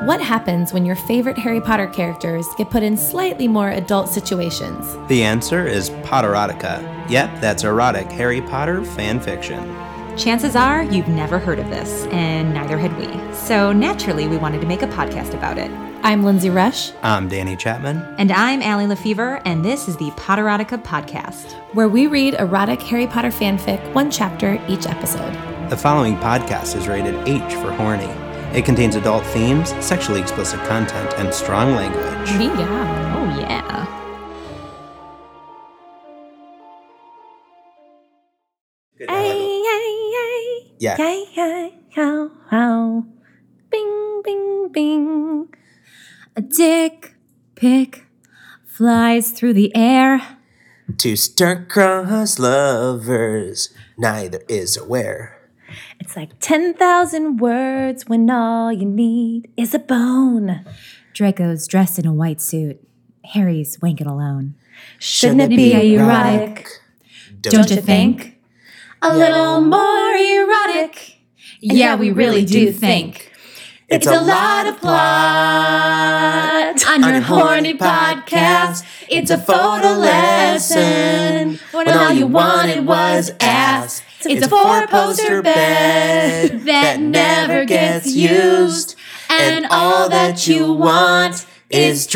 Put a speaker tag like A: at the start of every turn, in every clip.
A: What happens when your favorite Harry Potter characters get put in slightly more adult situations?
B: The answer is Potterotica. Yep, that's erotic Harry Potter fan fiction.
C: Chances are you've never heard of this, and neither had we. So naturally, we wanted to make a podcast about it.
A: I'm Lindsay Rush,
B: I'm Danny Chapman.
C: And I'm Allie Lefevre, and this is the Potterotica Podcast.
A: where we read erotic Harry Potter fanfic one chapter each episode.
B: The following podcast is rated H for horny. It contains adult themes, sexually explicit content, and strong language.
A: Yeah.
C: Oh, yeah.
B: Good night. Yeah.
A: Yay, yay, yow, wow. Bing, bing, bing.
D: A dick pic flies through the air.
E: Two star-crossed lovers, neither is aware.
A: It's like 10,000 words when all you need is a bone.
D: Draco's dressed in a white suit. Harry's wanking alone.
A: Shouldn't it be erotic?
D: Don't you think? A little more erotic. Yeah, we really do think.
E: It's a lot of
D: plot on your horny podcast. It's a photo lesson when all you wanted was ass. It's a four-poster bed that never gets used, and all that you want is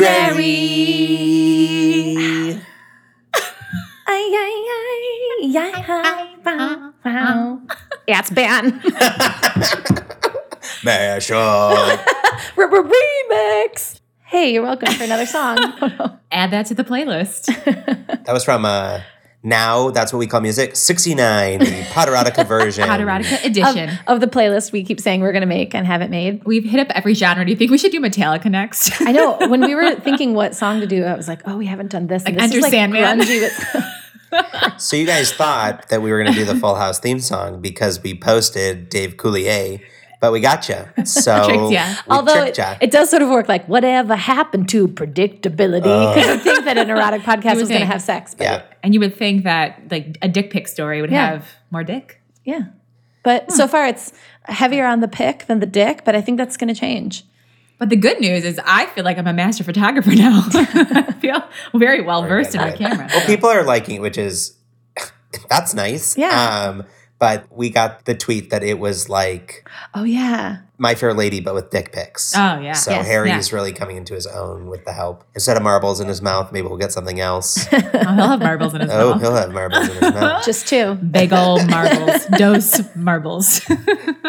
E: dreary.
A: Ay, ay, ay, yay, hi, wow, wow.
C: Yeah, it's ban.
E: Mash up.
A: Remix. Hey, you're welcome for another song.
D: Add that to the playlist.
E: that was from uh, Now That's What We Call Music 69, the Potterotica version.
D: Hot erotica edition.
A: of the playlist we keep saying we're going to make and haven't made.
D: We've hit up every genre. Do you think we should do Metallica next?
A: I know when we were thinking what song to do, I was like, oh, we haven't done this. And
D: Like
A: this is,
D: Enter Sandman.
A: grungy, but-
E: So you guys thought that we were going to do the Full House theme song because we posted Dave Coulier, but we got you. So
D: Tricked ya.
E: we
A: Although
E: tricked
A: it,
E: ya.
A: it does sort of work like whatever happened to predictability because you think that an erotic podcast was going to
D: think.
A: have sex. But
E: yeah.
D: and you would think that like a dick pic story would
A: Yeah.
D: have more dick.
A: yeah. But so far it's heavier on the pick than the dick, but I think that's going to change.
D: But the good news is I feel like I'm a master photographer now. I feel very well versed in
E: good,
D: our
E: good.
D: camera.
E: Well, people are liking it, which is that's nice.
A: Yeah.
E: Um, but we got the tweet that it was like
A: Oh, yeah.
E: My Fair Lady, but with dick pics.
D: Oh, yeah.
E: So
D: Yes,
E: Harry
D: yeah.
E: is really coming into his own with the help. Instead of marbles in his mouth, maybe we'll get something else.
D: Oh, he'll have marbles in his
E: oh,
D: mouth.
E: he'll have marbles in his mouth.
A: Just two.
D: Big old marbles, dose marbles.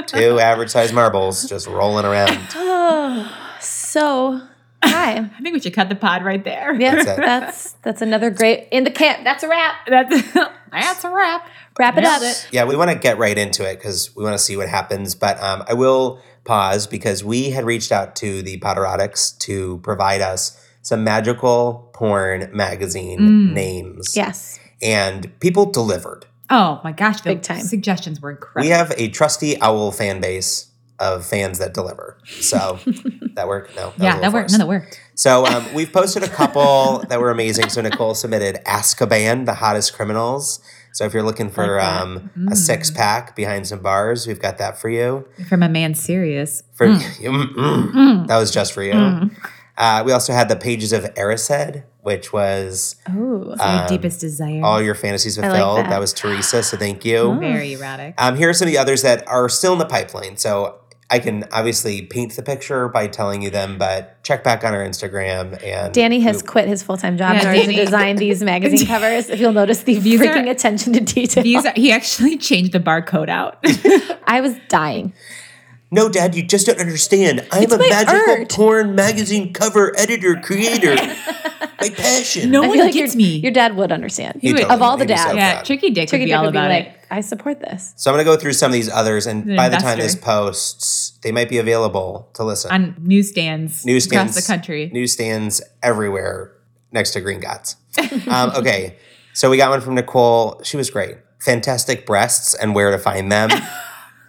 E: Two average sized marbles just rolling around.
A: Oh, so hi.
D: I think we should cut the pod right there.
A: Yeah,
E: That's it.
A: that's that's another great in the camp. That's a wrap.
D: That's, that's a wrap.
A: Wrap it up.
E: Yeah, we want to get right into it because we want to see what happens. But um, I will pause because we had reached out to the Potterotics to provide us some magical porn magazine
D: Mm.
E: names.
A: Yes.
E: And people delivered.
D: Oh my gosh, the
A: Big time.
D: suggestions were incredible.
E: We have a trusty owl fan base of fans that deliver. So that worked? No. was a
D: yeah,
E: little
D: that worked.
E: forced.
D: No, that worked.
E: So um, we've posted a couple that were amazing. So Nicole submitted Azkaban, the hottest criminals. So if you're looking for um,
D: Mm.
E: a six pack behind some bars, we've got that for you.
D: From a man serious.
E: For Mm, mm. that was just for you. Uh, we also had the pages of Erised, which was
A: Ooh.
D: My
E: um,
D: deepest desire.
E: all your fantasies
A: like
E: fulfilled.
A: that.
E: that. was Teresa. So thank you.
D: Very erotic.
E: Um, here are some of the others that are still in the pipeline. So I can obviously paint the picture by telling you them, but check back on our Instagram and
A: Danny has quit his full time job
D: Yeah,
A: in order
D: Danny.
A: to design these magazine covers. If you'll notice the
D: These
A: freaking
D: are-
A: attention to detail,
D: These are, he actually changed the barcode out.
A: I was dying.
E: No, Dad, you just don't understand. I'm a magical porn magazine cover editor creator. My passion.
D: No
A: I
D: one
A: feel like
D: gets
A: your,
D: me.
A: your dad would understand.
E: He
A: of all the
E: he'd be
A: dads.
D: yeah,
E: proud.
D: tricky dick would
A: Tricky
D: be
A: Dick
D: all
A: would be
D: about
A: like,
D: it.
A: I support this.
E: So I'm going to go through some of these others, and
D: The
E: by the time this
D: investor.
E: posts, they might be available to listen.
D: On newsstands,
E: newsstands
D: across the country.
E: Newsstands everywhere next to Green Gots. um, okay, so we got one from Nicole. She was great. Fantastic breasts and where to find them.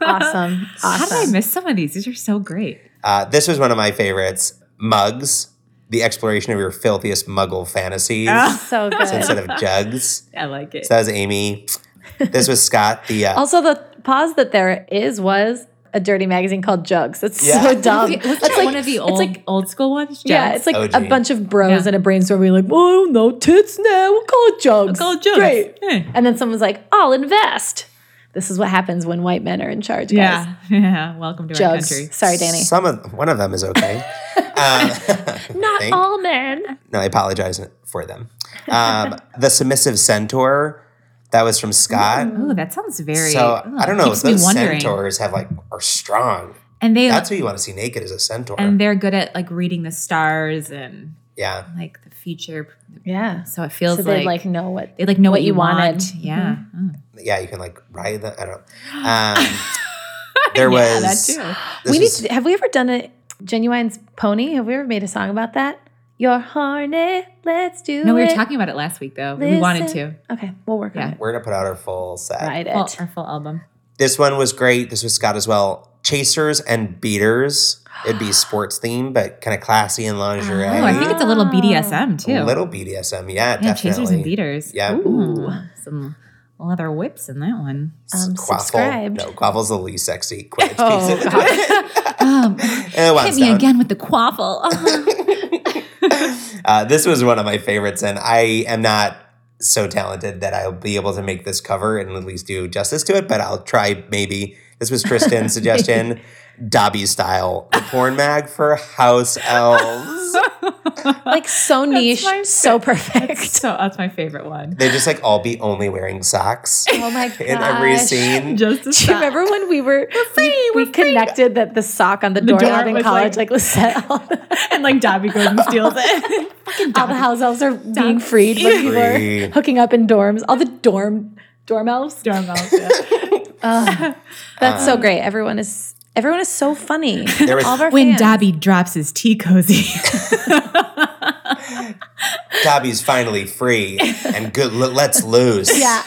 A: Awesome.
D: How did I
A: Awesome.
D: miss some of these? These are so great.
E: Uh, this was one of my favorites. Mugs, the exploration of your filthiest muggle fantasies
C: Ah.
A: So good.
E: instead of jugs.
D: I like it.
C: Oh.
E: So that was Amy. This was Scott, the uh,
A: Also, the pause that there is was a dirty magazine called Jugs. That's
E: Yeah.
A: so dumb.
D: Wasn't
A: That's
D: that
A: like
D: one of the old,
A: like-
D: old school ones.
A: yeah,
D: Jags?
A: it's like a
E: OG.
A: bunch of bros
D: Yeah.
A: in a brainstorm. We're like, oh no, tits now. We'll call it Jugs.
D: Call it Jugs.
A: Great.
D: Yeah.
A: And then someone's like, I'll invest. This is what happens when white men are in charge, guys.
D: yeah, yeah. Welcome to our country.
A: Jugs. Sorry, Danny.
E: Some of one of them is okay. um,
A: Not
E: think.
A: all men.
E: no, I apologize for them. Um, the submissive centaur that was from Scott.
C: Oh, that sounds very.
E: so
D: oh,
E: I don't know.
C: Oh, keeps me
E: Those
C: wondering.
E: centaurs have like are strong.
C: And they
E: That's who you want to see naked is a centaur.
C: and they're good at like reading the stars and
E: yeah.
C: like the future.
A: Yeah.
C: So it feels
A: so they
C: like,
A: like know what
C: they like know
A: what
C: what,
A: you wanted.
C: want. Yeah. Mm.
E: yeah, you can like ride the. I don't. Um, there
C: Uh-huh.
E: was.
C: that
E: this
A: we need
E: was-
A: to, have we ever done a Genuine's pony? Have we ever made a song about that? You're horny, let's do
C: No, we were
A: it.
C: talking about it last week though. We wanted to.
A: Listen. Okay, we'll work on
C: Yeah.
A: it.
E: we're gonna put out our full set.
A: Write it.
C: Well, our full album.
E: This one was great. This was Scott as well. Chasers and beaters. It'd be sports theme, but kind of classy and lingerie.
C: Oh, I think it's a little BDSM too.
E: a little BDSM. Yeah,
C: yeah,
E: definitely.
C: chasers and beaters.
E: Yeah.
C: Ooh, some leather whips in that one.
A: Um, subscribed.
E: No, Quaffle's the least sexy Quidditch
A: Oh,
E: piece. Of
A: God.
C: Um,
E: and it
C: hit
E: winds
C: me
E: down.
C: again with the quaffle. Oh.
E: Uh, this was one of my favorites, and I am not so talented that I'll be able to make this cover and at least do justice to it, but I'll try maybe. This was Kristen's suggestion. Dobby style, the porn mag for house elves.
A: Like so niche,
C: my
A: so perfect.
C: so that's my favorite one.
E: They just like all be only wearing socks
A: Oh my god!
E: in every scene.
C: Just to
A: Do you remember when we were we, we connected that the sock on the, door
C: door
A: doorknob in
C: was
A: college, like,
C: like-
A: Lisette, all the,
C: and like Dobby goes and steals it. Fucking
A: all the house elves are being freed when people
E: Free.
A: are hooking up in dorms. All the dorm dorm elves.
C: Dormouse. Yeah.
A: That's
E: Um,
A: so great. Everyone is everyone is so funny.
E: There was-
A: all of our
C: when
A: fans.
C: Dobby drops his tea cozy.
E: Dobby's finally free and good. l- let's loose.
A: yeah,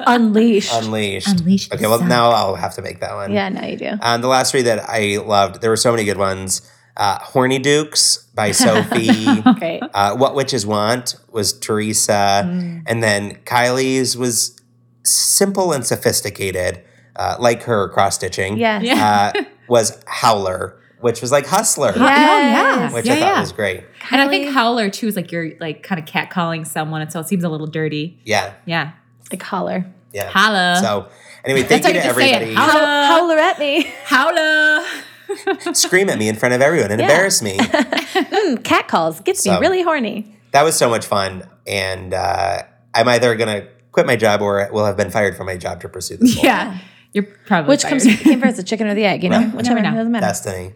A: unleashed.
E: Unleashed.
C: Unleash the
E: Okay, well,
C: sock.
E: now I'll have to make that one.
A: yeah, now you do.
E: Um, the last three that I loved, there were so many good ones. Uh, Horny Dukes by Sophie.
A: Great.
E: uh, what Witches Want was Teresa.
C: Mm.
E: And then Kylie's was simple and sophisticated, uh, like her cross stitching.
A: Yes.
C: Yeah.
E: Uh, was Howler, which was like Hustler,
A: Oh, Yeah.
C: Oh, yeah.
E: which
C: yeah,
E: I thought
C: yeah.
E: was great.
C: and I think Howler too is like you're like kind of catcalling someone, and so it seems a little dirty.
E: Yeah.
C: Yeah.
A: Like holler.
E: Yeah.
C: Holla.
E: So, anyway, thank
C: Uh, That's
E: you to
C: how you just say
E: everybody.
A: Uh,
C: it. Holla.
A: holler at me.
C: Howler.
E: Scream at me in front of everyone and embarrass me.
A: Cat calls gets me
E: So-
A: really horny.
E: that was so much fun. And uh, I'm either going to quit my job or will have been fired from my job to pursue this. whole
C: Yeah. You're probably
A: Which comes
C: fired.
A: came first, the chicken or the egg? You know,
E: Right.
A: whichever
C: Never know.
A: doesn't matter.
E: Destiny.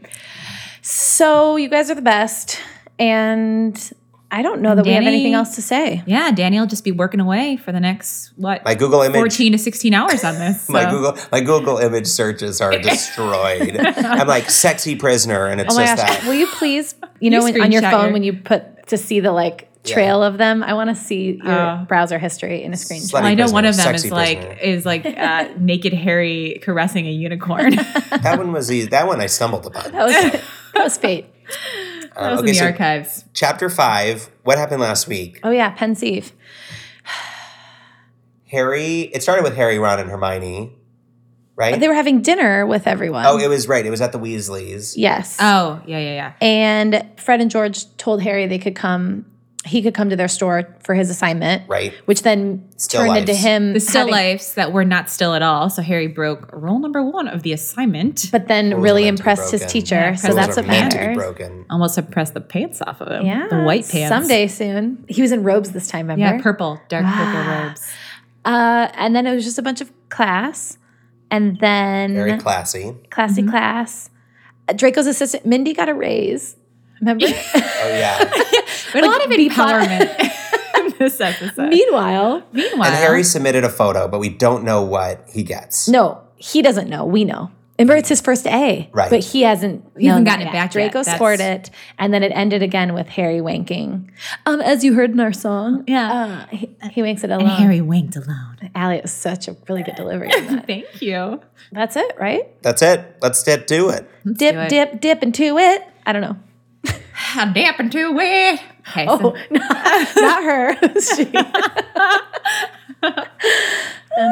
A: So you guys are the best, and I don't know that we have
C: Danny-
A: anything else to say.
C: Yeah, Danny will just be working away for the next what
E: My Google image.
C: 14 to 16 hours on this. So.
E: My Google my Google image searches are destroyed. I'm like sexy prisoner, and it's
A: Oh my
E: just
A: gosh!
E: that.
A: Will you please, you know,
C: You
A: when, on your
C: screenshot
A: phone
C: your-
A: when you put to see the like trail of them, I want to see your
C: Oh.
A: browser history in a screenshot.
E: Slutty
C: I know
E: prisoner,
C: one of them
E: sexy
C: is like
E: prisoner.
C: is like uh, naked Harry caressing a unicorn.
E: that one was easy. That one I stumbled upon.
A: That was that was fate.
E: Uh,
C: that was
E: okay,
C: in the
E: so
C: archives.
E: chapter five. What happened last week?
A: Oh yeah, pensive.
E: Harry. It started with Harry, Ron, and Hermione, right?
A: They were having dinner with everyone.
E: oh, it was right. It was at the Weasleys.
A: yes.
C: Oh, yeah, yeah, yeah.
A: And Fred and George told Harry they could come. He could come to their store for his assignment,
E: Right.
A: which then
E: Still
A: turned
E: lives.
A: into him.
C: The still
A: having-
C: lifes that were not still at all. So Harry broke rule number one of the assignment.
A: but then
E: Rules are
A: really
E: meant to be
A: impressed his
E: broken.
A: teacher.
C: Yeah,
A: so
E: Those
A: that's
E: are
A: what
E: meant to be
A: matters.
E: broken.
C: Almost had pressed the pants off of him.
A: Yeah,
C: The white pants.
A: Someday soon, he was in robes this time. Remember?
C: Yeah, purple, dark purple
A: Ah.
C: robes.
A: Uh, and then it was just a bunch of class, and then
C: Uh-huh.
E: Very classy.
A: classy class. Mm-hmm. Uh, Draco's assistant Mindy got a raise. Remember?
E: Oh yeah.
C: We had a
A: Like
C: lot of
A: be pot-
C: empowerment in this episode.
A: Meanwhile,
C: Meanwhile,
E: and Harry submitted a photo, but we don't know what he gets.
A: no, he doesn't know. We know. Remember, it's his first A,
E: Right.
A: But he hasn't.
C: He hasn't
A: known
C: gotten
A: that
C: it back yet.
A: Draco
C: That's-
A: scored it, and then it ended again with Harry wanking. Um, as you heard in our song,
C: Yeah.
A: uh, he, he wanks it alone.
C: and Harry winked alone.
A: Allie, it was such a really good delivery. on that.
C: Thank you.
A: That's it, right?
E: That's it. Let's get to it.
C: do
A: dip,
C: it.
A: dip, dip into it. I don't know.
C: I'm dapping to it. Okay, so
A: Oh, not, not her. She-
C: Dun,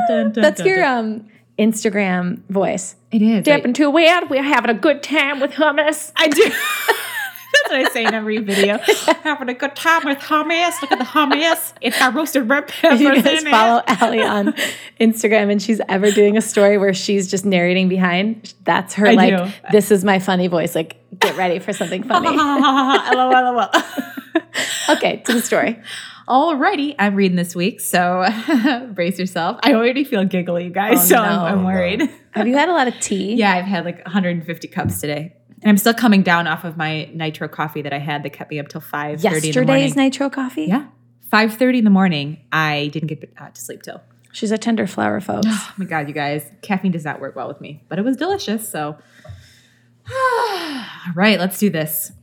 C: dun, dun,
A: that's
C: dun,
A: your
C: dun.
A: um Instagram voice.
C: It is.
A: Dipping too weird. We're having a good time with hummus.
C: I do. That's what I say in every video. Having a good time with hummus. Look at the hummus. It's got roasted red peppers
A: If you guys
C: in it.
A: follow Allie on Instagram and she's ever doing a story where she's just narrating behind, that's her
C: I
A: like,
C: do.
A: this is my funny voice. Like, get ready for something funny.
C: LOL.
A: okay, to the story.
C: Alrighty, I'm reading this week, so brace yourself. I already feel giggly, you guys, so I'm-
A: Oh, no.
C: I'm, worried.
A: Have you had a lot of tea?
C: Yeah, I've had like 150 cups today. And I'm still coming down off of my nitro coffee that I had that kept me up till 5.30 in the morning.
A: Yesterday's nitro coffee?
C: Yeah. 5.30 in the morning, I didn't get uh, to sleep till.
A: She's a tender flower, folks.
C: Oh my God, you guys. Caffeine does not work well with me, but it was delicious. So, all right, let's do this.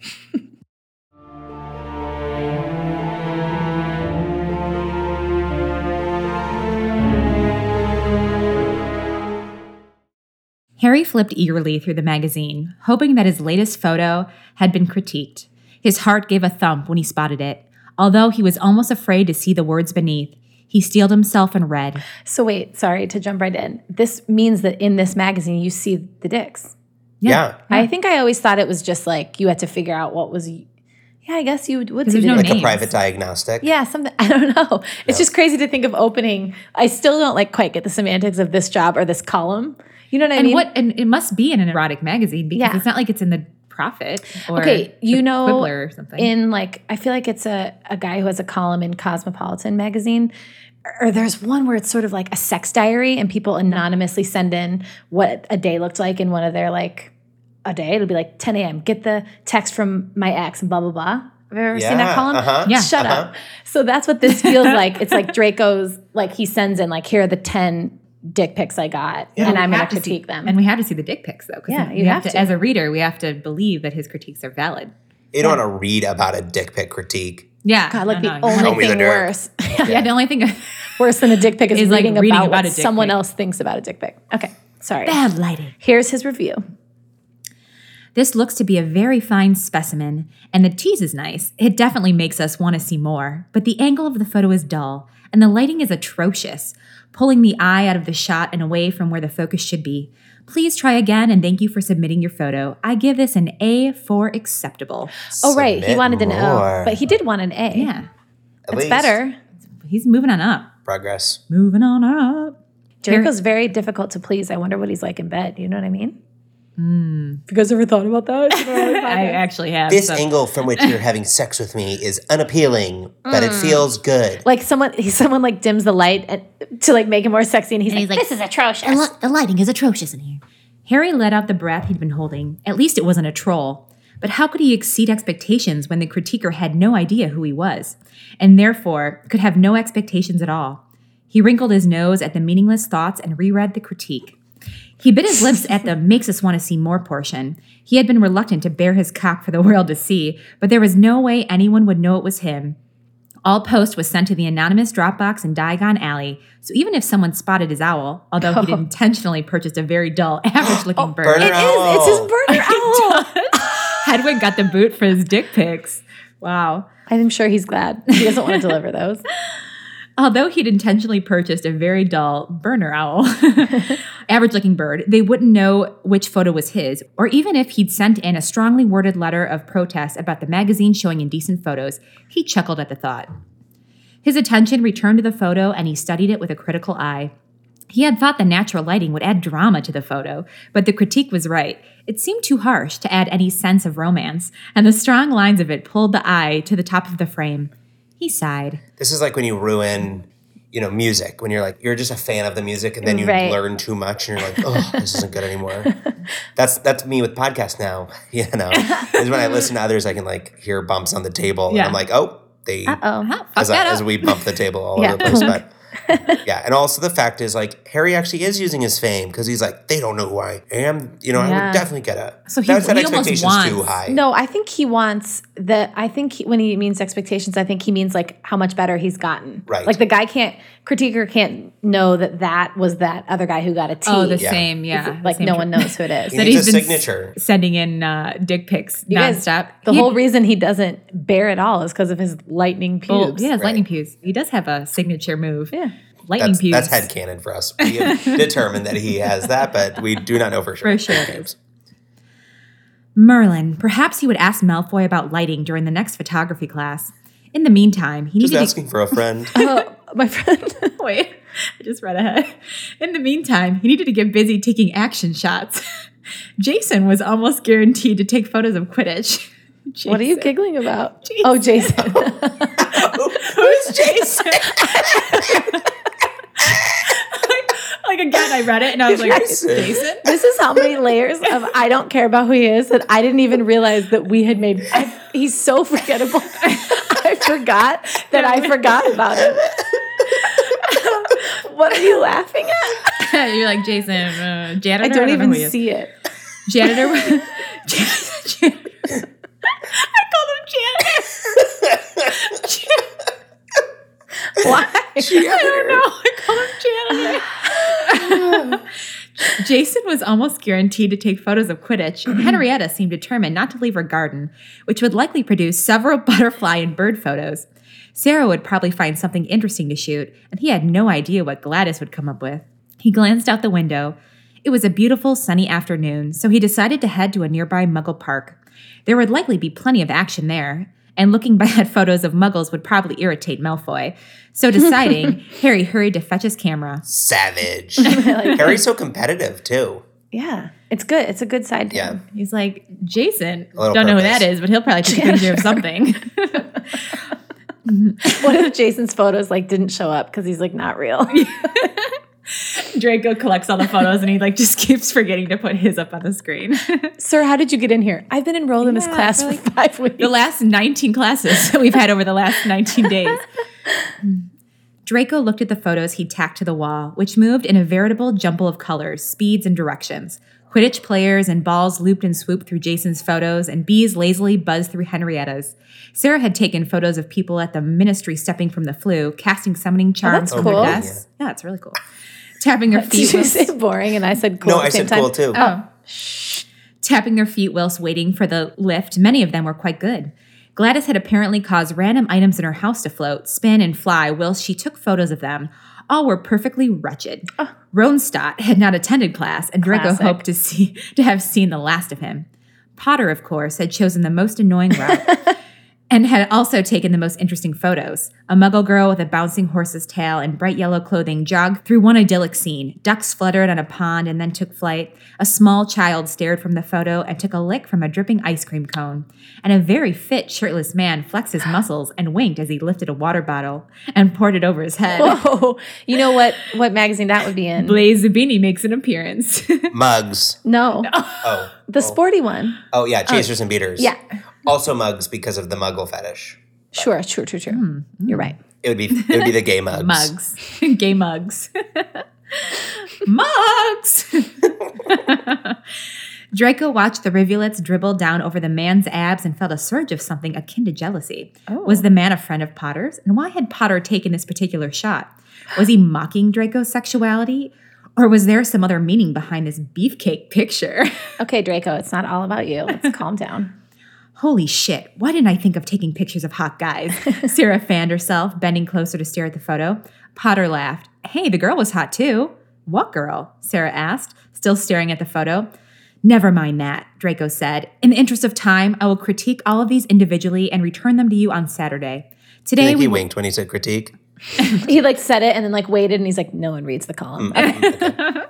C: Harry flipped eagerly through the magazine, hoping that his latest photo had been critiqued. His heart gave a thump when he spotted it. Although he was almost afraid to see the words beneath, he steeled himself and read.
A: So wait, sorry to jump right in. This means that in this magazine you see the dicks.
E: Yeah.
A: I think I always thought it was just like you had to figure out what was. Yeah, I guess you would. would see
C: there's
A: the
C: no
A: dick.
E: Like
C: Names.
E: a private diagnostic.
A: Yeah, something. I don't know. It's just crazy to think of opening. I still don't like quite get the semantics of this job or this column. You know what I
C: and
A: mean?
C: what and it must be in an erotic magazine because
A: Yeah.
C: it's not like it's in the profit or
A: Okay, you
C: the
A: know,
C: Quibbler or something.
A: in like I feel like it's a, a guy who has a column in Cosmopolitan magazine. Or there's one where it's sort of like a sex diary and people anonymously send in what a day looked like in one of their like a day. It'll be like 10 a.m. Get the text from my ex and blah blah blah. Have you ever seen that
E: Yeah,
A: column?
E: uh-huh,
C: Yeah.
A: Shut up. So that's what this feels like. It's like Draco's like he sends in like here are the 10 dick pics I got and I'm
C: We
A: gonna
C: have to see-
A: critique them.
C: and we have to see the dick pics though. 'cause
A: Yeah,
C: we
A: you
C: have,
A: have
C: to,
A: to.
C: as a reader, we have to believe that his critiques are valid.
E: You don't want to read about a dick pic critique.
C: Yeah,
A: God, like
C: no,
A: the
C: no, you wanna-
E: Show me
A: only
E: the
A: thing
E: dirt.
A: worse.
C: yeah, the only thing
A: worse than a dick pic is,
C: Is, like,
A: reading,
C: reading
A: about,
C: about a
A: what
C: dick
A: someone
C: pic.
A: else thinks about a dick pic. Okay, sorry.
C: bad lighting.
A: Here's his review.
C: This looks to be a very fine specimen, and the tease is nice. It definitely makes us want to see more, but the angle of the photo is dull, and the lighting is atrocious, pulling the eye out of the shot and away from where the focus should be. Please try again, and thank you for submitting your photo. I give this an A for acceptable.
A: Oh right, he
E: Submit
A: wanted an O,
E: more.
A: but he did want an A.
C: Yeah,
E: At
A: it's
E: least
A: better.
C: he's moving on up.
E: Progress.
C: Moving on up.
A: Jericho's very difficult to please. I wonder what he's like in bed. You know what I mean? Have you guys ever thought about that?
C: I actually have.
E: This
C: so-
E: angle from which you're having sex with me is unappealing, but it feels good.
A: like someone, he, someone like dims the light and, to like make it more sexy, and he's, like, "This is atrocious."
C: The lighting is atrocious in here. Harry let out the breath he'd been holding. At least it wasn't a troll. But how could he exceed expectations when the critiquer had no idea who he was, and therefore could have no expectations at all? He wrinkled his nose at the meaningless thoughts and reread the critique. He bit his lips at the makes us want to see more portion. He had been reluctant to bare his cock for the world to see, but there was no way anyone would know it was him. All post was sent to the anonymous Dropbox in Diagon Alley, so even if someone spotted his owl, although he'd intentionally purchased a very dull, average looking bird,
E: Burner
A: it is. It's his
D: Oh.
A: burner owl.
C: Hedwig got the boot for his dick pics. Wow.
A: I'm sure he's glad he doesn't want to deliver those.
C: Although he'd intentionally purchased a very dull burner owl, average looking bird, they wouldn't know which photo was his, or even if he'd sent in a strongly worded letter of protest about the magazine showing indecent photos, he chuckled at the thought. His attention returned to the photo and he studied it with a critical eye. He had thought the natural lighting would add drama to the photo, but the critique was right. It seemed too harsh to add any sense of romance, and the strong lines of it pulled the eye to the top of the frame. He sighed.
E: This is like when you ruin, you know, music. When you're like, you're just a fan of the music, and then you
A: Right.
E: learn too much, and you're like, oh, this isn't good anymore. That's that's me with podcasts now. You know, is when I listen to others, I can like hear bumps on the table, and
C: Yeah.
E: I'm like, oh, they
A: Oh,
E: as,
C: Ah, Fuck
E: I,
C: that up.
E: as we bump the table all
A: Yeah.
E: over the place. But yeah, and also the fact is like Harry actually is using his fame because he's like they don't know who I am. You know, I
A: Yeah.
E: would definitely get a
C: So he-
E: that set
C: he almost
E: expectations
C: wants-
E: too high.
A: No, I think he wants the. I think he, when he means expectations, I think he means like how much better he's gotten.
E: Right.
A: Like the guy can't critiquer can't know that that was that other guy who got a T.
C: Oh, the
A: Is it-
C: same, yeah.
A: Like
C: same
A: no
C: tr-
A: one knows who it
E: He
A: is.
C: That
E: needs
C: he's
E: a
C: been s-
E: signature.
C: sending in uh, dick pics
A: You guys,
C: nonstop.
A: The
C: He-
A: whole reason he doesn't bear at all is because of his lightning
C: oh,
A: pubes.
C: yeah, his lightning
E: Right.
C: pews. He does have a signature move.
A: Yeah.
C: lightning
E: That's,
C: pubes.
E: that's headcanon for us. We have determined that he has that, but we do not know for sure.
C: For sure.
E: Okay.
C: Merlin, perhaps he would ask Malfoy about lighting during the next photography class. In the meantime, he
E: Just
C: needed
E: asking for a friend.
A: Oh, my friend.
C: to wait. I just read ahead. In the meantime, he needed to get busy taking action shots. Jason was almost guaranteed to take photos of Quidditch.
A: What are you
C: Jason.
A: giggling about? Oh, Jason.
C: Who's Jason? like, like again, I read it and I was like,
E: Jason.
C: Jason?
A: this is how many layers of I don't care about who he is that I didn't even realize that we had made. I, he's so forgettable. I forgot that I forgot about him. what are you laughing at?
C: You're like Jason, uh, janitor.
A: I don't
C: know
A: even
C: who he is.
A: see it.
C: janitor. Jan- janitor. I called him janitor. Jan-
A: Why?
C: I don't know. I called him janitor. Jason was almost guaranteed to take photos of Quidditch, and Henrietta seemed determined not to leave her garden, which would likely produce several butterfly and bird photos. Sarah would probably find something interesting to shoot, and he had no idea what Gladys would come up with. He glanced out the window. It was a beautiful, sunny afternoon, so he decided to head to a nearby Muggle park. There would likely be plenty of action there, and looking back at photos of Muggles would probably irritate Malfoy. So deciding, Harry hurried to fetch his camera.
E: Savage. Harry's so competitive too.
A: Yeah, it's good. It's a good side. to
E: Yeah.
A: him.
C: He's like, Jason, don't
E: little
C: know who
E: purpose.
C: that is, but he'll probably take a picture of something.
A: What if Jason's photos like didn't show up because he's like not real?
C: Draco collects all the photos and he like just keeps forgetting to put his up on the screen.
A: Sir, how did you get in here? I've been enrolled in this
C: Yeah,
A: class
C: for,
A: for
C: like,
A: five weeks.
C: the last 19 classes that we've had over the last 19 days. Draco looked at the photos he tacked to the wall, which moved in a veritable jumble of colors, speeds, and directions. Quidditch players and balls looped and swooped through Jason's photos, and bees lazily buzzed through Henrietta's. Sarah had taken photos of people at the ministry stepping from the flu, casting summoning charms
A: Oh, that's
C: from
A: cool.
C: their desks. Yeah. it's really cool. Tapping their feet.
A: Did you
C: with-
A: say boring? And I said cool.
E: No,
A: at the
E: I
A: same
E: said
A: time?
E: cool too.
C: Oh. Tapping their feet whilst waiting for the lift, many of them were quite good. Gladys had apparently caused random items in her house to float, spin, and fly whilst she took photos of them. All were perfectly wretched. Ronstadt had not attended class, and Draco
A: Classic.
C: hoped to see to have seen the last of him. Potter, of course, had chosen the most annoying route and had also taken the most interesting photos. A muggle girl with a bouncing horse's tail and bright yellow clothing jogged through one idyllic scene. Ducks fluttered on a pond and then took flight. A small child stared from the photo and took a lick from a dripping ice cream cone. And a very fit, shirtless man flexed his muscles and winked as he lifted a water bottle and poured it over his head.
A: Whoa. Oh, You know what what magazine that would be in?
C: Blaze Zabini makes an appearance.
E: Mugs.
A: no.
E: Oh.
A: The sporty one.
E: Oh yeah, chasers and beaters.
A: Yeah.
E: Also mugs because of the muggle fetish.
A: Sure, true, true, true. You're right.
E: It would be it would be the gay mugs.
C: mugs, gay mugs, mugs. Draco watched the rivulets dribble down over the man's abs and felt a surge of something akin to jealousy. Was the man a friend of Potter's? And why had Potter taken this particular shot? Was he mocking Draco's sexuality? Or was there some other meaning behind this beefcake picture?
A: Okay, Draco, it's not all about you. Let's calm down.
C: Holy shit, why didn't I think of taking pictures of hot guys? Sarah fanned herself, bending closer to stare at the photo. Potter laughed. Hey, the girl was hot too. What girl? Sarah asked, still staring at the photo. Never mind that, Draco said. In the interest of time, I will critique all of these individually and return them to you on Saturday.
E: I
C: Today
E: think he
C: we
E: winked when he said critique.
A: He like said it and then like waited and he's like, no one reads the
E: Hmm.
A: column.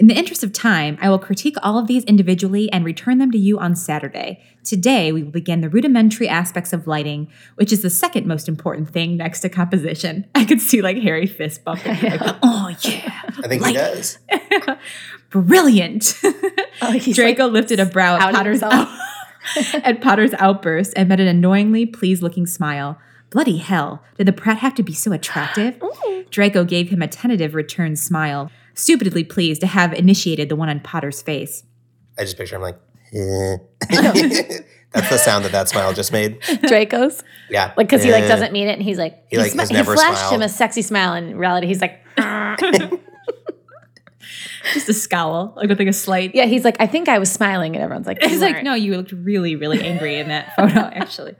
C: In the interest of time, I will critique all of these individually and return them to you on Saturday. Today, we will begin the rudimentary aspects of lighting, which is the second most important thing next to composition. I could see like Harry fist bumping. like, oh, yeah.
E: I think he does.
C: Brilliant.
A: Oh, he's
C: Draco lifted a brow at
A: outing
C: Potter's,
A: himself.
C: out- at Potter's outburst and met an annoyingly pleased looking smile. Bloody hell, did the prat have to be so attractive? Draco gave him a tentative return smile, stupidly pleased to have initiated the one on Potter's face.
E: I just picture him like eh. That's the sound that that smile just made.
A: like, Draco's.
E: Yeah.
A: Like because he like
E: Eh.
A: doesn't mean it and he's like
E: He, like, has
A: he
E: never
A: flashed
E: smiled.
A: him a sexy smile and in reality he's like
C: Just a scowl, like with like a slight.
A: Yeah, he's like, I think I was smiling and everyone's like,
C: He's
A: "You
C: like,
A: weren't."
C: no, you looked really, really angry in that photo, actually.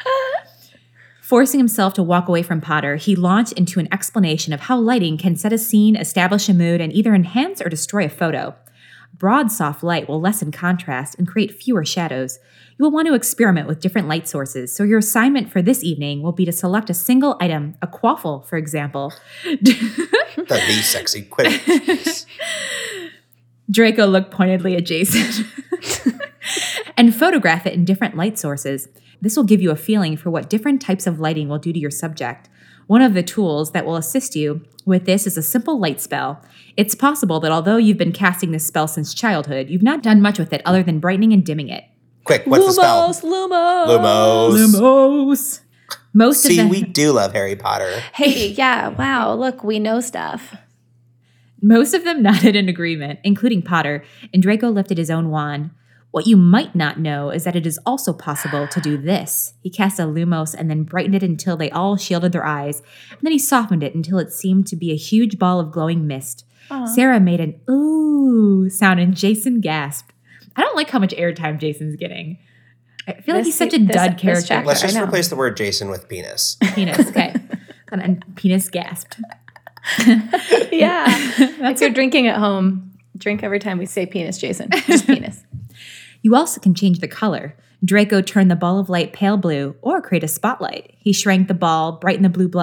C: Forcing himself to walk away from Potter, he launched into an explanation of how lighting can set a scene, establish a mood, and either enhance or destroy a photo. Broad, soft light will lessen contrast and create fewer shadows. You will want to experiment with different light sources, so your assignment for this evening will be to select a single item, a quaffle, for example.
E: That'd be Eh, sexy. Quit it.
C: Draco looked pointedly at Jason. and photograph it in different light sources. This will give you a feeling for what different types of lighting will do to your subject. One of the tools that will assist you with this is a simple light spell. It's possible that although you've been casting this spell since childhood, you've not done much with it other than brightening and dimming it.
E: Quick, what's the spell?
A: Lumos.
E: Lumos.
C: Lumos. Most
E: See,
C: of the
E: we do love Harry Potter.
A: Hey, yeah, wow, look, we know stuff.
C: Most of them nodded in agreement, including Potter, and Draco lifted his own wand. What you might not know is that it is also possible to do this. He cast a lumos and then brightened it until they all shielded their eyes, and then he softened it until it seemed to be a huge ball of glowing mist. Sarah made an ooh sound, and Jason gasped. I don't like how much airtime Jason's getting. I feel like he's
A: This-
C: such a
A: this-
C: dud
A: this
C: character.
A: chapter.
E: Let's
A: I
E: just
A: know.
E: replace the word Jason with penis.
C: penis, okay. And- and penis gasped.
A: Yeah. if you're drinking at home, drink every time we say penis, Jason. Just penis.
C: You also can change the color. Draco turned the ball of light pale blue or create a spotlight. He shrank the ball, brightened the blue bl-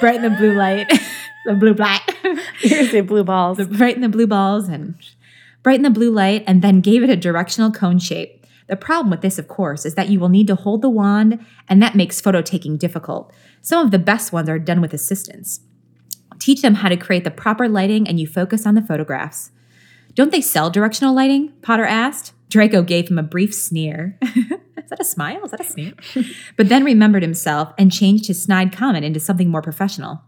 C: brighten the blue light, the blue light,
A: Here's the blue balls.
C: brighten the blue balls and brighten the blue light and then gave it a directional cone shape. The problem with this, of course, is that you will need to hold the wand and that makes photo taking difficult. Some of the best ones are done with assistance. Teach them how to create the proper lighting and you focus on the photographs. Don't they sell directional lighting? Potter asked. Draco gave him a brief sneer. Is that a smile? Is that a sneer? but then remembered himself and changed his snide comment into something more professional.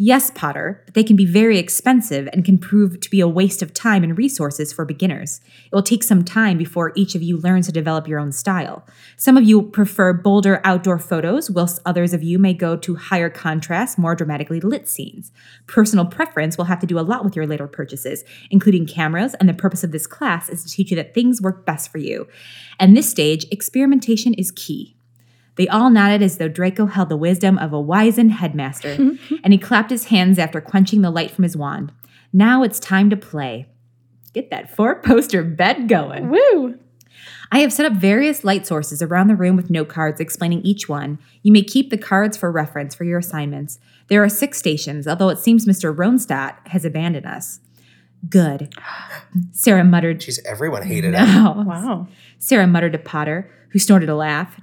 C: Yes, Potter, but they can be very expensive and can prove to be a waste of time and resources for beginners. It will take some time before each of you learns to develop your own style. Some of you prefer bolder outdoor photos, whilst others of you may go to higher contrast, more dramatically lit scenes. Personal preference will have to do a lot with your later purchases, including cameras, and the purpose of this class is to teach you that things work best for you. And this stage, experimentation is key. They all nodded as though Draco held the wisdom of a wizened headmaster, and he clapped his hands after quenching the light from his wand. Now it's time to play. Get that four poster bed going.
A: Woo.
C: I have set up various light sources around the room with note cards explaining each one. You may keep the cards for reference for your assignments. There are six stations, although it seems Mr. Ronstadt has abandoned us. Good. Sarah muttered.
E: Jeez, everyone hated it.
C: No.
A: Wow.
C: Sarah muttered to Potter, who snorted a laugh.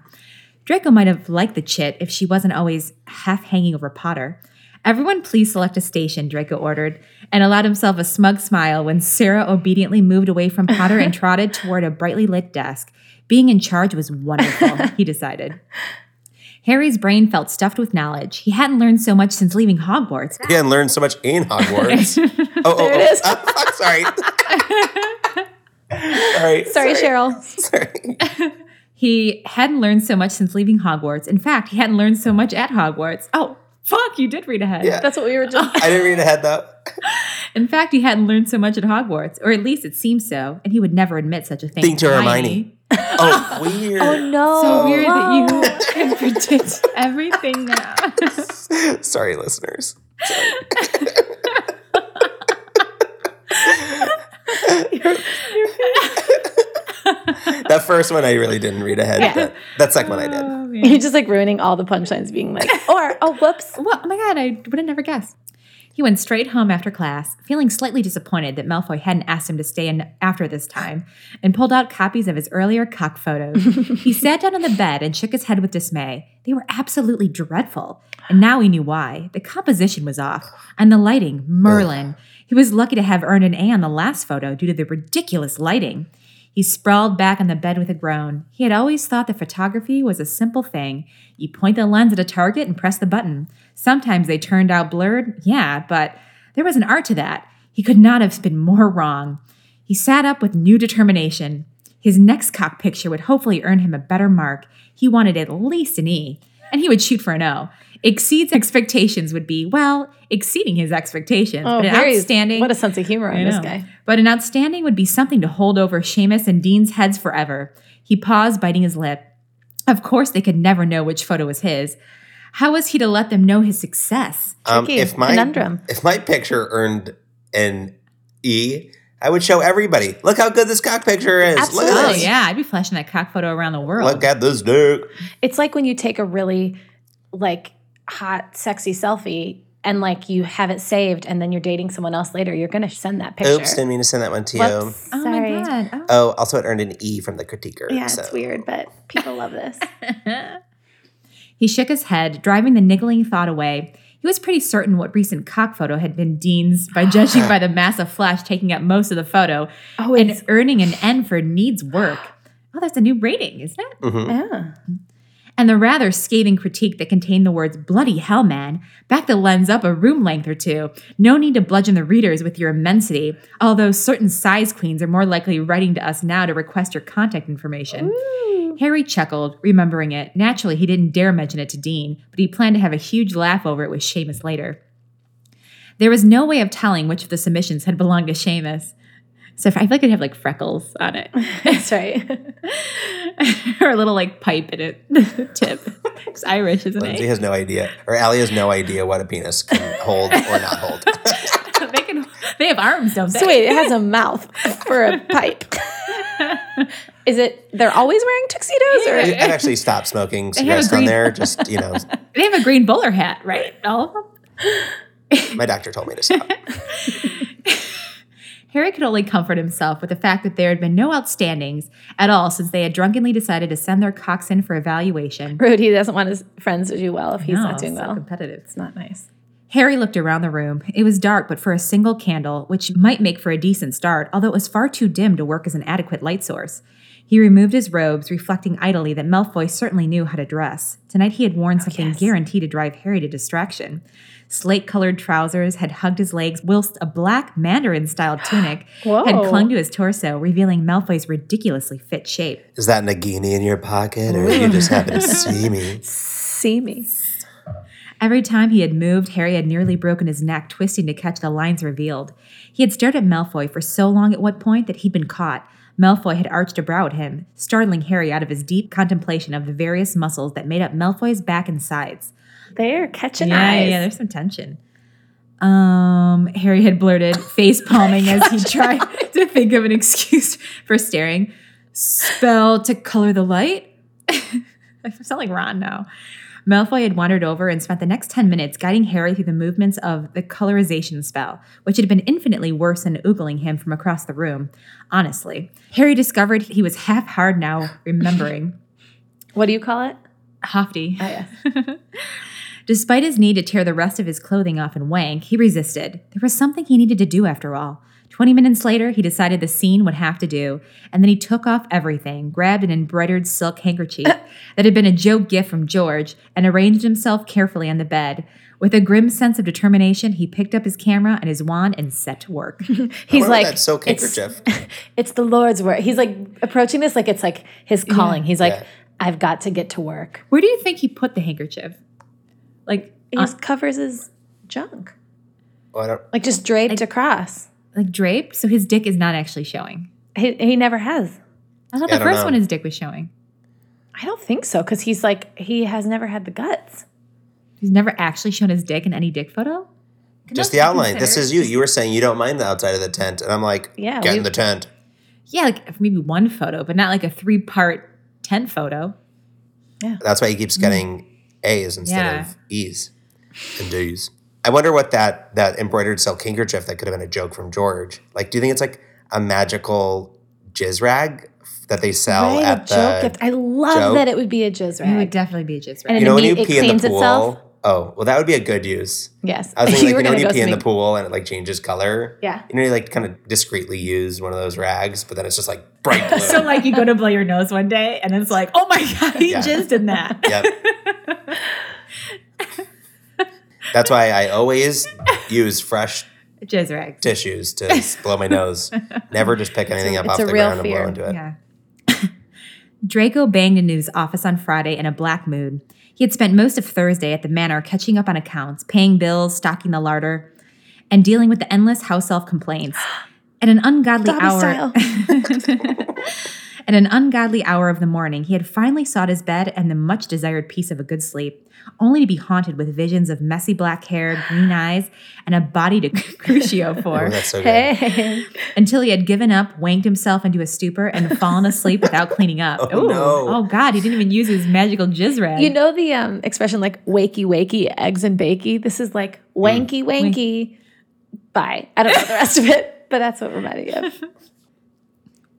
C: Draco might have liked the chit if she wasn't always half hanging over Potter. Everyone, please select a station, Draco ordered, and allowed himself a smug smile when Sarah obediently moved away from Potter and trotted toward a brightly lit desk. Being in charge was wonderful, he decided. Harry's brain felt stuffed with knowledge. He hadn't learned so much since leaving Hogwarts.
E: He hadn't learned so much in Hogwarts. oh, oh,
A: There it
E: oh.
A: is.
E: Oh, fuck, sorry. sorry.
A: Sorry, Cheryl.
E: Sorry.
C: He hadn't learned so much since leaving Hogwarts. In fact, he hadn't learned so much at Hogwarts. Oh, fuck, you did read ahead.
E: Yeah.
A: That's what we were just.
E: I didn't read ahead though.
C: In fact, he hadn't learned so much at Hogwarts, or at least it seemed so, and he would never admit such a thing.
E: Think to Hermione. Oh, weird.
A: Oh, no.
C: So weird
A: Whoa.
C: that you can predict everything now.
E: Sorry, listeners. that first one I really didn't read ahead,
A: Yeah. Uh,
E: but that second one I did.
C: Oh,
A: You're
C: man.
A: just like ruining all the punchlines, being like, or, oh, whoops.
C: Well, oh my god, I would have never guessed. He went straight home after class, feeling slightly disappointed that Malfoy hadn't asked him to stay in after this time, and pulled out copies of his earlier cock photos. he sat down on the bed and shook his head with dismay. They were absolutely dreadful, and now he knew why. The composition was off, and the lighting, Merlin. He was lucky to have earned an A on the last photo due to the ridiculous lighting. He sprawled back on the bed with a groan. He had always thought that photography was a simple thing. You point the lens at a target and press the button. Sometimes they turned out blurred, yeah, but there was an art to that. He could not have been more wrong. He sat up with new determination. His next cock picture would hopefully earn him a better mark. He wanted at least an E, and he would shoot for an O. Exceeds expectations would be, well, exceeding his expectations,
A: Oh,
C: but an
A: very-
C: outstanding.
A: What a sense of humor
C: I
A: on this
C: know.
A: guy.
C: But an outstanding would be something to hold over Seamus and Dean's heads forever. He paused, biting his lip. Of course, they could never know which photo was his. How was he to let them know his success?
E: Um,
A: Tricky
E: if my
A: conundrum.
E: if my picture earned an E, I would show everybody. Look how good this cock picture is. Look
A: Absolutely.
E: at
C: Oh,
E: this.
C: yeah, I'd be flashing that cock photo around the world.
E: Look at this dick.
A: It's like when you take a really like hot, sexy selfie and like you have it saved and then you're dating someone else later, you're gonna send that picture.
E: Oops, didn't mean to send that one to you.
A: Whoops,
C: oh,
A: sorry.
C: my God. Oh.
E: Oh, also it earned an E from the critiquer.
A: Yeah,
E: so.
A: it's weird, but people love this.
C: He shook his head, driving the niggling thought away. He was pretty certain what recent cock photo had been Dean's by judging by the massive flash taking up most of the photo
A: Oh,
C: and
A: it's
C: earning an N for needs work. Oh, that's a new rating, isn't it?
E: Mhm.
A: Mm-hmm. yeah.
C: And the rather scathing critique that contained the words bloody hell, man, backed the lens up a room length or two. No need to bludgeon the readers with your immensity, although certain size queens are more likely writing to us now to request your contact information. Harry chuckled, remembering it. Naturally, he didn't dare mention it to Dean, but he planned to have a huge laugh over it with Seamus later. There was no way of telling which of the submissions had belonged to Seamus. So I feel like it'd have like freckles on it.
A: That's right.
C: or a little like pipe in it tip. It's Irish, isn't
E: Lindsay
C: it?
E: has no idea, or Allie has no idea what a penis can hold or not hold.
C: they can they have arms, don't they?
A: So wait, it has a mouth for a pipe. Is it? They're always wearing tuxedos, or
E: I- I've actually stopped smoking
C: have a
E: cigarettes on
C: green-
E: there. Just you know,
C: They have a green bowler hat, right? All of them.
E: my doctor told me to stop.
C: Harry could only comfort himself with the fact that there had been no outstandings at all since they had drunkenly decided to send their cocks in for evaluation.
A: Rudy doesn't want his friends to do well if he's not
C: No,
A: doing
C: so
A: well.
C: competitive.
A: It's not nice.
C: Harry looked around the room. It was dark, but for a single candle, which might make for a decent start, although it was far too dim to work as an adequate light source. He removed his robes, reflecting idly that Malfoy certainly knew how to dress. Tonight he had
A: Oh,
C: worn something guaranteed to drive Harry to distraction. Slate colored trousers had hugged his legs, whilst a black Mandarin style tunic had
A: Whoa.
C: clung to his torso, revealing Malfoy's ridiculously fit shape.
E: Is that Nagini in your pocket, or you just happen to see me?
A: See me.
C: Every time he had moved, Harry had nearly broken his neck, twisting to catch the lines revealed. He had stared at Malfoy for so long at one point that he'd been caught. Malfoy had arched a brow at him, startling Harry out of his deep contemplation of the various muscles that made up Malfoy's back and sides.
A: They're catching
C: yeah,
A: eyes.
C: yeah, there's some tension. Um, Harry had blurted, face palming as he tried to think of an excuse for staring. Spell to color the light? I sound like Ron now. Malfoy had wandered over and spent the next 10 minutes guiding Harry through the movements of the colorization spell, which had been infinitely worse than oogling him from across the room. Honestly, Harry discovered he was half hard now, remembering.
A: What do you call it?
C: Hofty.
A: Oh, yes.
C: Despite his need to tear the rest of his clothing off and wank, he resisted. There was something he needed to do after all. Twenty minutes later, he decided the scene would have to do, and then he took off everything, grabbed an embroidered silk handkerchief that had been a joke gift from George, and arranged himself carefully on the bed. With a grim sense of determination, he picked up his camera and his wand and set to work.
A: He's
E: Where
A: like,
E: that silk
A: it's,
E: handkerchief.
A: it's the Lord's work. He's like approaching this like it's like his calling. He's like,
E: Yeah.
A: I've got to get to work.
C: Where do you think he put the handkerchief? Like,
A: He
C: on-
A: just covers his junk,
E: Oh, I don't,
A: like just draped across.
C: like draped, so his dick is not actually showing.
A: He, he never has.
C: I thought
E: Yeah, I
C: the
E: don't
C: first
E: know.
C: one his dick was showing.
A: I don't think so because he's like he has never had the guts.
C: He's never actually shown his dick in any dick photo. Could
E: just
C: that be
E: the outline. This
C: considered-
E: is you. You were saying you don't mind the outside of the tent, and I'm like,
A: Yeah,
E: get
A: we-
E: in the tent.
C: yeah, like maybe one photo, but not like a three part tent photo.
E: That's why he
A: Mm.
E: keeps getting A's instead
C: Yeah.
E: of E's and D's. I wonder what that that embroidered silk handkerchief that could have been a joke from George. Like, do you think it's like a magical jizz rag that they sell
A: right, a
E: at
A: joke
E: the?
A: gift. I love
E: joke.
A: that it would be a jizz
C: It would
A: rag.
C: definitely be a jizz
A: And
C: rag.
E: you know when you
A: it
E: pee in
A: cleans
E: the pool.
A: itself?
E: Oh, well, that would be a good use.
A: yes,
E: I was thinking, like, you know, when you
A: go
E: pee in the
A: something-
E: pool and it like changes color.
A: Yeah.
E: You know, you like kind of discreetly use one of those rags, but then it's just like bright blue.
C: So like you go to blow your nose one day and it's like, oh my god, he
E: Yeah.
C: jizzed in that.
E: yep. That's why I always use fresh
C: jizz rag.
E: tissues to s- blow my nose. Never just pick anything up
A: it's
E: off
A: a
E: the
A: real
E: ground
A: fear.
E: and blow into it.
C: Yeah. Draco banged into his office on Friday in a black mood. He had spent most of Thursday at the manor catching up on accounts, paying bills, stocking the larder, and dealing with the endless house elf complaints. At an ungodly
A: Dobby
C: hour,
A: style.
C: At At an ungodly hour of the morning, he had finally sought his bed and the much desired peace of a good sleep, only to be haunted with visions of messy black hair, green eyes, and a body to crucio
E: Oh,
C: for
E: that's so good.
A: Hey.
C: until he had given up, wanked himself into a stupor, and fallen asleep without cleaning up.
E: Oh,
C: Ooh.
E: no.
C: Oh, God, he didn't even use his magical jizz rag.
A: You know the um, expression like wakey wakey eggs and bakey. This is like wanky wanky. Bye. I don't know the rest of it, but that's what reminded me of.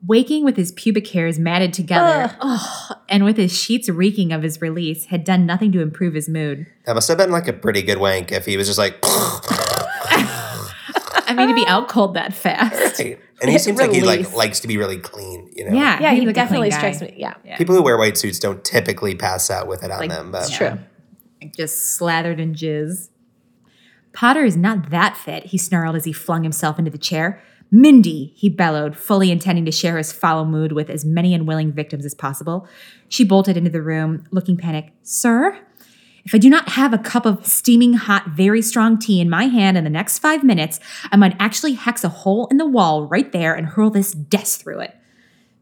C: Waking with his pubic hairs matted together oh, and with his sheets reeking of his release had done nothing to improve his mood.
E: That must have been like a pretty good wank if he was just like.
C: I mean, to be out cold that fast.
E: and he seems like he like
A: Release.
E: likes to be really clean. You know.
C: Yeah,
A: Yeah,
C: he's
A: he
C: like a clean
A: definitely
C: guy.
A: strikes me. Yeah,
C: Yeah.
E: People who wear white suits don't typically pass out with it on
C: Like,
E: them, but
A: it's true.
C: just slathered in jizz. Potter is not that fit, he snarled as he flung himself into the chair. Mindy, he bellowed, fully intending to share his foul mood with as many unwilling victims as possible. She bolted into the room, looking panic. Sir, if I do not have a cup of steaming hot, very strong tea in my hand in the next five minutes, I might actually hex a hole in the wall right there and hurl this desk through it.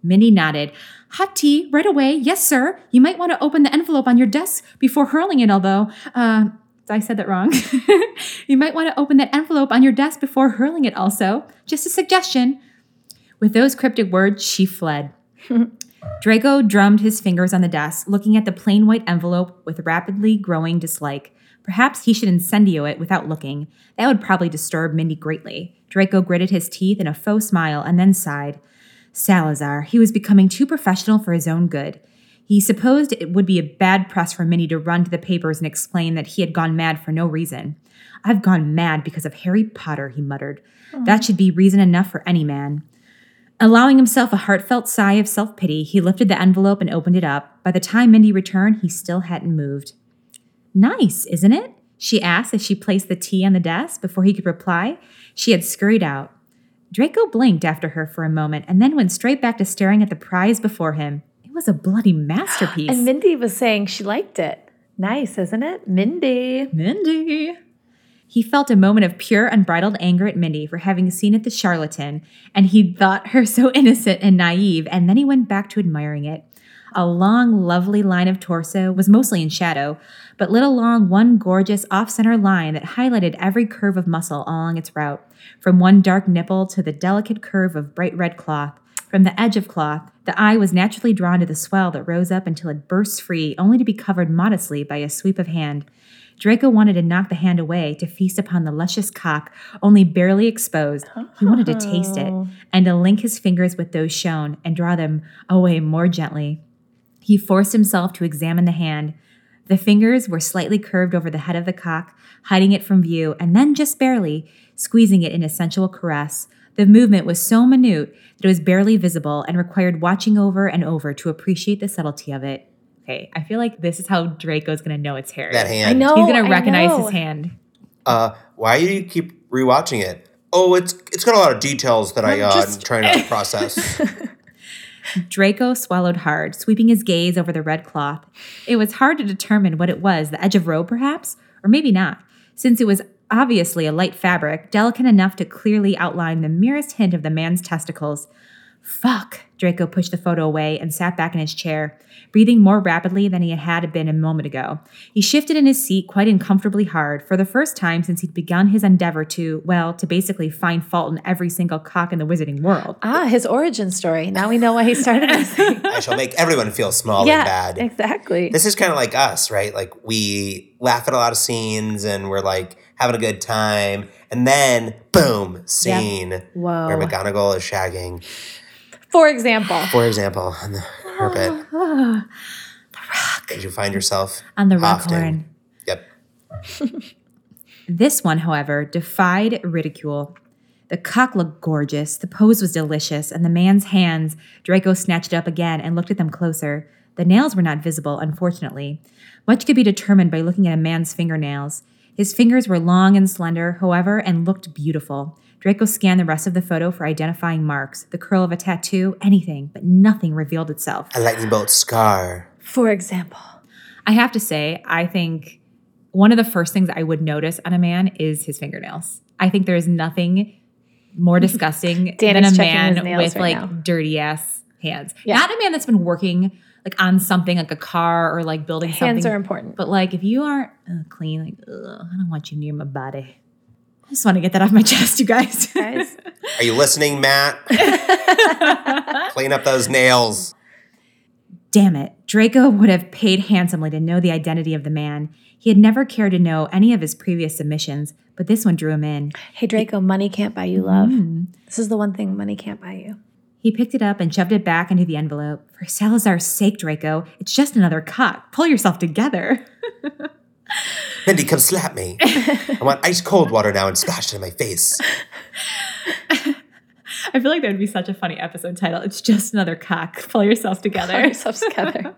C: Mindy nodded. Hot tea, right away. Yes, sir. You might want to open the envelope on your desk before hurling it, although, uh, I said that wrong. you might want to open that envelope on your desk before hurling it, also. Just a suggestion. With those cryptic words, she fled. Draco drummed his fingers on the desk, looking at the plain white envelope with rapidly growing dislike. Perhaps he should incendio it without looking. That would probably disturb Mindy greatly. Draco gritted his teeth in a faux smile and then sighed. Salazar, he was becoming too professional for his own good. He supposed it would be a bad press for Minnie to run to the papers and explain that he had gone mad for no reason. I've gone mad because of Harry Potter, he muttered. That should be reason enough for any man. Allowing himself a heartfelt sigh of self pity, he lifted the envelope and opened it up. By the time Mindy returned, he still hadn't moved. Nice, isn't it? She asked as she placed the tea on the desk before he could reply. She had scurried out. Draco blinked after her for a moment and then went straight back to staring at the prize before him. It was a bloody masterpiece.
A: And Mindy was saying she liked it. Nice, isn't it, Mindy?
C: Mindy. He felt a moment of pure, unbridled anger at Mindy for having seen it the charlatan, and he'd thought her so innocent and naive, and then he went back to admiring it. A long, lovely line of torso was mostly in shadow, but lit along one gorgeous off center line that highlighted every curve of muscle along its route, from one dark nipple to the delicate curve of bright red cloth. From the edge of cloth, the eye was naturally drawn to the swell that rose up until it burst free, only to be covered modestly by a sweep of hand. Draco wanted to knock the hand away to feast upon the luscious cock, only barely exposed. He wanted to taste it and to link his fingers with those shown and draw them away more gently. He forced himself to examine the hand. The fingers were slightly curved over the head of the cock, hiding it from view, and then just barely squeezing it in a sensual caress. The movement was so minute that it was barely visible and required watching over and over to appreciate the subtlety of it. Okay, I feel like this is how Draco's gonna know it's Harry.
E: that
A: I
E: hand.
A: know.
C: He's gonna
A: Oh, I
C: recognize
A: know.
C: his hand.
E: Uh, why do you keep rewatching it? Oh, it's it's got a lot of details that i uh,
A: just-
E: trying to process.
C: Draco swallowed hard, sweeping his gaze over the red cloth. It was hard to determine what it was the edge of row, perhaps, or maybe not, since it was obviously a light fabric, delicate enough to clearly outline the merest hint of the man's testicles. Fuck! Draco pushed the photo away and sat back in his chair, breathing more rapidly than he had been a moment ago. He shifted in his seat quite uncomfortably hard, for the first time since he'd begun his endeavor to, well, to basically find fault in every single cock in the wizarding world.
A: Ah, his origin story. Now we know why he started this thing.
E: I shall make everyone feel small
A: yeah,
E: and bad.
A: exactly.
E: This is kind of like us, right? Like we laugh at a lot of scenes and we're like having a good time, and then boom, scene where
A: Whoa.
E: McGonagall is shagging,
A: For example,
E: for example, on the carpet.
C: Ah.
E: Did you find yourself
C: on the rock
E: Often.
C: horn.
E: Yep.
C: This one, however, defied ridicule. The cock looked gorgeous, the pose was delicious, and the man's hands, Draco snatched it up again and looked at them closer. The nails were not visible, unfortunately. Much could be determined by looking at a man's fingernails. His fingers were long and slender, however, and looked beautiful. Draco scanned the rest of the photo for identifying marks, the curl of a tattoo, anything, but nothing revealed itself.
E: a lightning bolt scar?
A: for example.
C: I have to say, I think one of the first things I would notice on a man is his fingernails. I think there is nothing more disgusting than a
A: Danny's checking
C: man
A: his nails
C: with
A: right
C: like
A: now.
C: dirty ass hands.
A: Yeah.
C: Not a man that's been working like on something like a car or like building
A: Hands
C: something.
A: are important.
C: but like if you aren't uh, clean, like ugh, I don't want you near my body. I just want to get that off my chest, you guys.
A: Guys.
E: Are you listening, Matt? Clean up those nails.
C: Damn it. Draco would have paid handsomely to know the identity of the man. He had never cared to know any of his previous submissions, but this one drew him in.
A: Hey Draco, money can't buy you love. This is the one thing money can't buy you.
C: He picked it up and shoved it back into the envelope. For Salazar's sake, Draco, it's just another cock. Pull yourself together.
E: Mindy, come slap me. I want ice cold water now and splash it in my face.
C: I feel like that would be such a funny episode title. It's just another cock. Pull yourself
A: Pull
C: together.
A: yourselves together.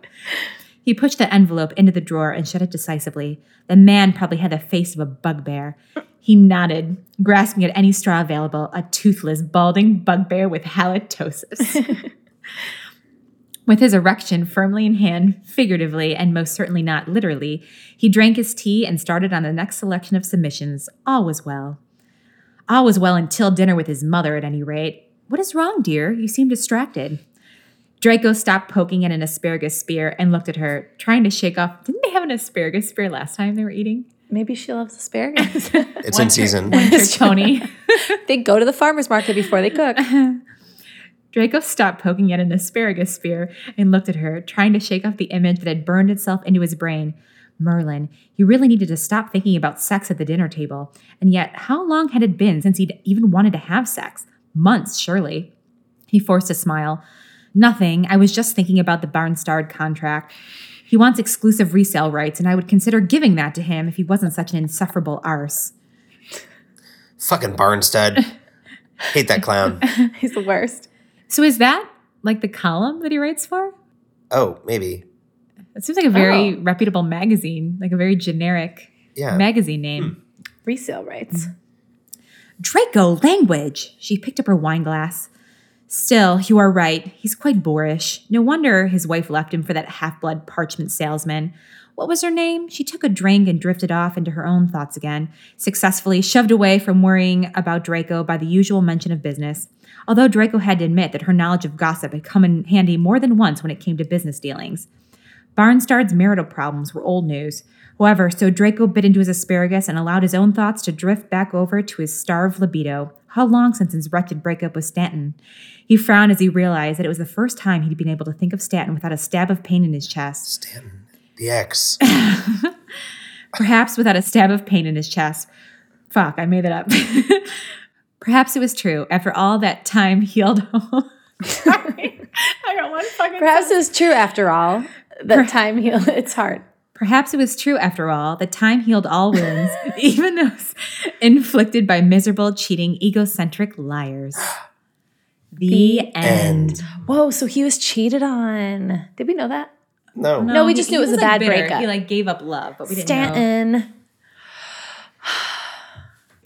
C: He pushed the envelope into the drawer and shut it decisively. The man probably had the face of a bugbear. He nodded, grasping at any straw available, a toothless, balding bugbear with halitosis. with his erection firmly in hand, figuratively and most certainly not literally, he drank his tea and started on the next selection of submissions. All was well. All was well until dinner with his mother, at any rate. What is wrong, dear? You seem distracted. Draco stopped poking at an asparagus spear and looked at her, trying to shake off. Didn't they have an asparagus spear last time they were eating?
A: Maybe she loves asparagus.
E: It's in season.
C: Winter Tony.
A: they go to the farmer's market before they cook.
C: Draco stopped poking at an asparagus spear and looked at her, trying to shake off the image that had burned itself into his brain. Merlin, he really needed to stop thinking about sex at the dinner table. And yet, how long had it been since he'd even wanted to have sex? Months, surely. He forced a smile. Nothing. I was just thinking about the Barnstard contract. He wants exclusive resale rights, and I would consider giving that to him if he wasn't such an insufferable arse.
E: Fucking Barnstead. Hate that clown.
A: He's the worst.
C: So, is that like the column that he writes for?
E: Oh, maybe.
C: That seems like a very
A: Oh.
C: reputable magazine, like a very generic
E: Yeah.
C: magazine name.
A: Resale rights.
C: Draco language. She picked up her wine glass. Still, you are right. He's quite boorish. No wonder his wife left him for that half blood parchment salesman. What was her name? She took a drink and drifted off into her own thoughts again, successfully shoved away from worrying about Draco by the usual mention of business. Although Draco had to admit that her knowledge of gossip had come in handy more than once when it came to business dealings. Barnstard's marital problems were old news. However, so Draco bit into his asparagus and allowed his own thoughts to drift back over to his starved libido. How long since his wretched breakup with Stanton? He frowned as he realized that it was the first time he'd been able to think of Stanton without a stab of pain in his chest.
E: Stanton. The ex.
C: Perhaps without a stab of pain in his chest. Fuck, I made that up. Perhaps it was true. After all that time healed hole. Sorry. I got one fucking
A: Perhaps it's true after all that time heal. It's hard.
C: Perhaps it was true after all that time healed all wounds, even those inflicted by miserable, cheating, egocentric liars. The end.
E: And
A: Whoa, so he was cheated on. Did we know that?
E: no.
A: No, we just knew it was a bad
C: bitter.
A: breakup.
C: He like gave up love, but we didn't
A: Stanton.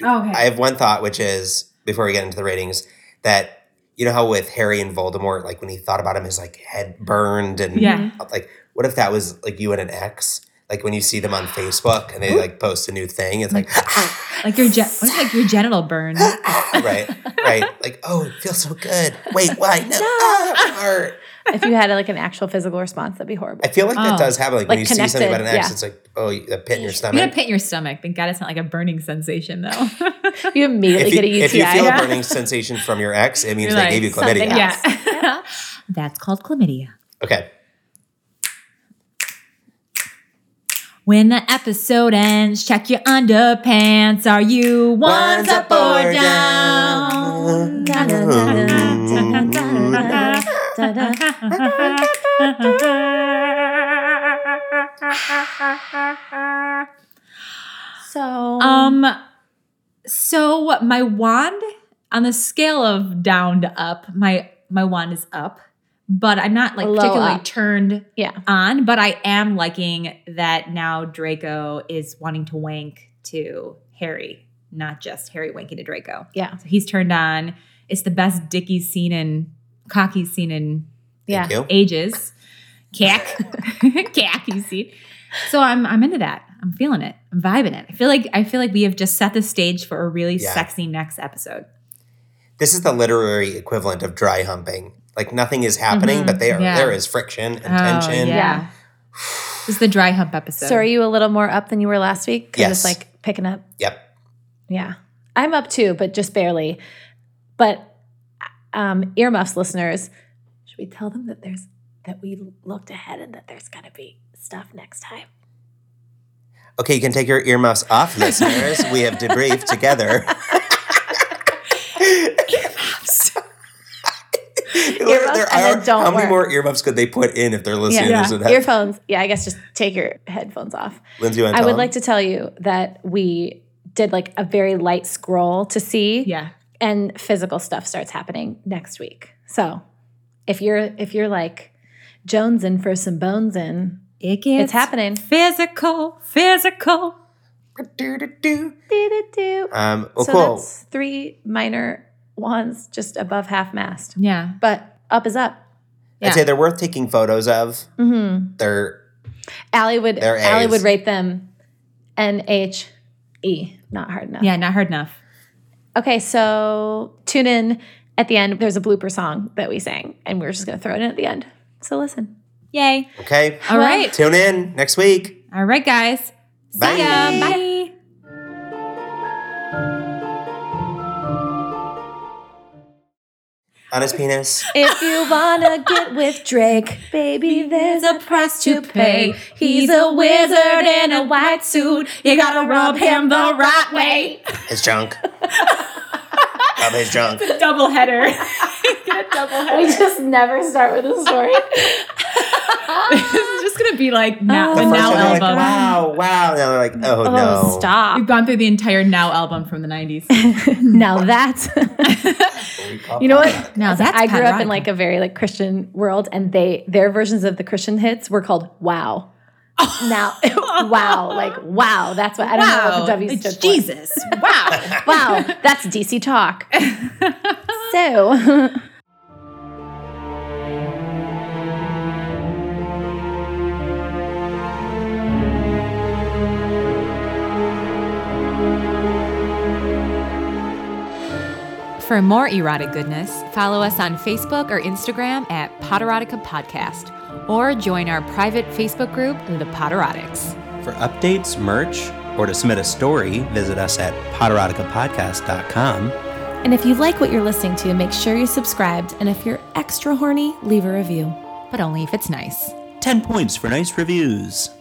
C: know. Okay.
E: I have one thought, which is before we get into the ratings, that you know how with Harry and Voldemort, like when he thought about him, his like head burned and
C: Yeah.
E: like what if that was like you and an ex? Like when you see them on Facebook and they like post a new thing, it's like "Ah!"
C: like your gen- what if, like your genital burn.
E: right, right, like oh, it feels so good. Wait, why? No, ah, my heart.
A: If you had like an actual physical response, that'd be horrible.
E: I feel like
C: Oh.
E: that does happen. Like, when you
A: Like
E: see something about an
A: connected,
E: ex,
A: yeah.
E: it's like oh, you- a pit in your
C: You gotta
E: stomach.
C: pit in your stomach. Thank God it's not like a burning sensation though.
A: You immediately
E: If you,
A: get a UTI.
E: if you feel
A: Yeah.
E: a burning sensation from your ex, it means
C: You're
E: they
C: like,
E: gave you
A: something
E: chlamydia.
A: else.
C: yeah. That's called chlamydia.
E: Okay.
C: When the episode ends, check your underpants. Are you ones up or down?
A: Da, da, da, da, da, da, da, da. So
C: Um, so my wand on the scale of down to up, my my wand is up, but I'm not like
A: Low
C: particularly
A: up.
C: turned
A: yeah.
C: on. But I am liking that now Draco is wanting to wank to Harry, not just Harry wanking to Draco.
A: Yeah.
C: So he's turned on. It's the best Dicky scene in cocky scene in
A: Yeah.
E: Thank you.
C: ages. Cack. Cack, you see. So I'm I'm into that. I'm feeling it. I'm vibing it. I feel like I feel like we have just set the stage for a really
E: Yeah.
C: sexy next episode.
E: This is the literary equivalent of dry humping. like nothing is happening, but they are
C: yeah.
E: there is friction and
C: Oh,
E: tension.
A: Mm-hmm. Yeah.
C: This is the dry hump episode.
A: So are you a little more up than you were last week? 'Cause
E: Yes.
A: It's like picking up.
E: Yep.
A: Yeah. I'm up too, but just barely. But um, earmuffs listeners, should we tell them that there's that we looked ahead and that there's gonna be stuff next time?
E: Okay, you can take your earmuffs off, listeners. we have debriefed together.
C: Earmuffs.
A: Earmuffs and then don't
E: how many
A: work.
E: more earmuffs could they put in if they're listeners
C: Yeah.
E: would have?
A: Earphones. Yeah, I guess just take your headphones off.
E: Lindsay, you wanna
A: I
E: tell
A: would
E: them?
A: like to tell you that we did like a very light scroll to see
C: Yeah.
A: and physical stuff starts happening next week. So if you're if you're like Jones in for some bones in,
C: It gets
A: it's happening.
C: Physical, physical.
A: Do-do-do.
E: Um, well,
A: so
E: cool.
A: that's three minor wands just above half mast.
C: Yeah.
A: But up is up.
E: I'd
C: Yeah.
E: say they're worth taking photos of.
A: Mm-hmm.
E: They're
A: Allie would
E: They're
A: Allie
E: A's.
A: would rate them N H E. Not hard enough.
C: Yeah, not hard enough.
A: Okay, so tune in at the end. There's a blooper song that we sang, and we are just gonna throw it in at the end. So listen.
C: Yay.
E: okay.
C: All
A: Well-
C: right.
E: Tune in next week.
C: All right, guys.
E: Bye.
C: See ya. Bye.
E: Honest penis.
A: If you wanna get with Drake, baby, there's a price to pay. He's a wizard in a white suit. You gotta rub him the right way.
E: His junk. Love his junk.
C: Double header.
A: We just never start with a story.
C: this is just gonna be like now,
A: Oh.
C: the
E: The first
C: now
E: time they're like,
C: album.
E: wow, wow. Now they're like, oh,
A: Oh,
E: no.
A: stop.
C: We've gone through the entire now album from the nineties.
A: Now that's you know what?
C: Now that's
A: I grew up
C: patriotic.
A: in like a very like Christian world, and they their versions of the Christian hits were called wow. Now wow, like wow. That's what I don't know what the W
C: it's
A: stood for.
C: Jesus. Wow.
A: Wow, that's DC talk. so
C: For more erotic goodness, follow us on Facebook or Instagram at Potterotica Podcast, or join our private Facebook group, The Potterotics.
B: For updates, merch, or to submit a story, visit us at potteroticapodcast.com.
D: And if you like what you're listening to, make sure you subscribed. And if you're extra horny, leave a review.
C: But only if it's nice.
B: 10 points for nice reviews.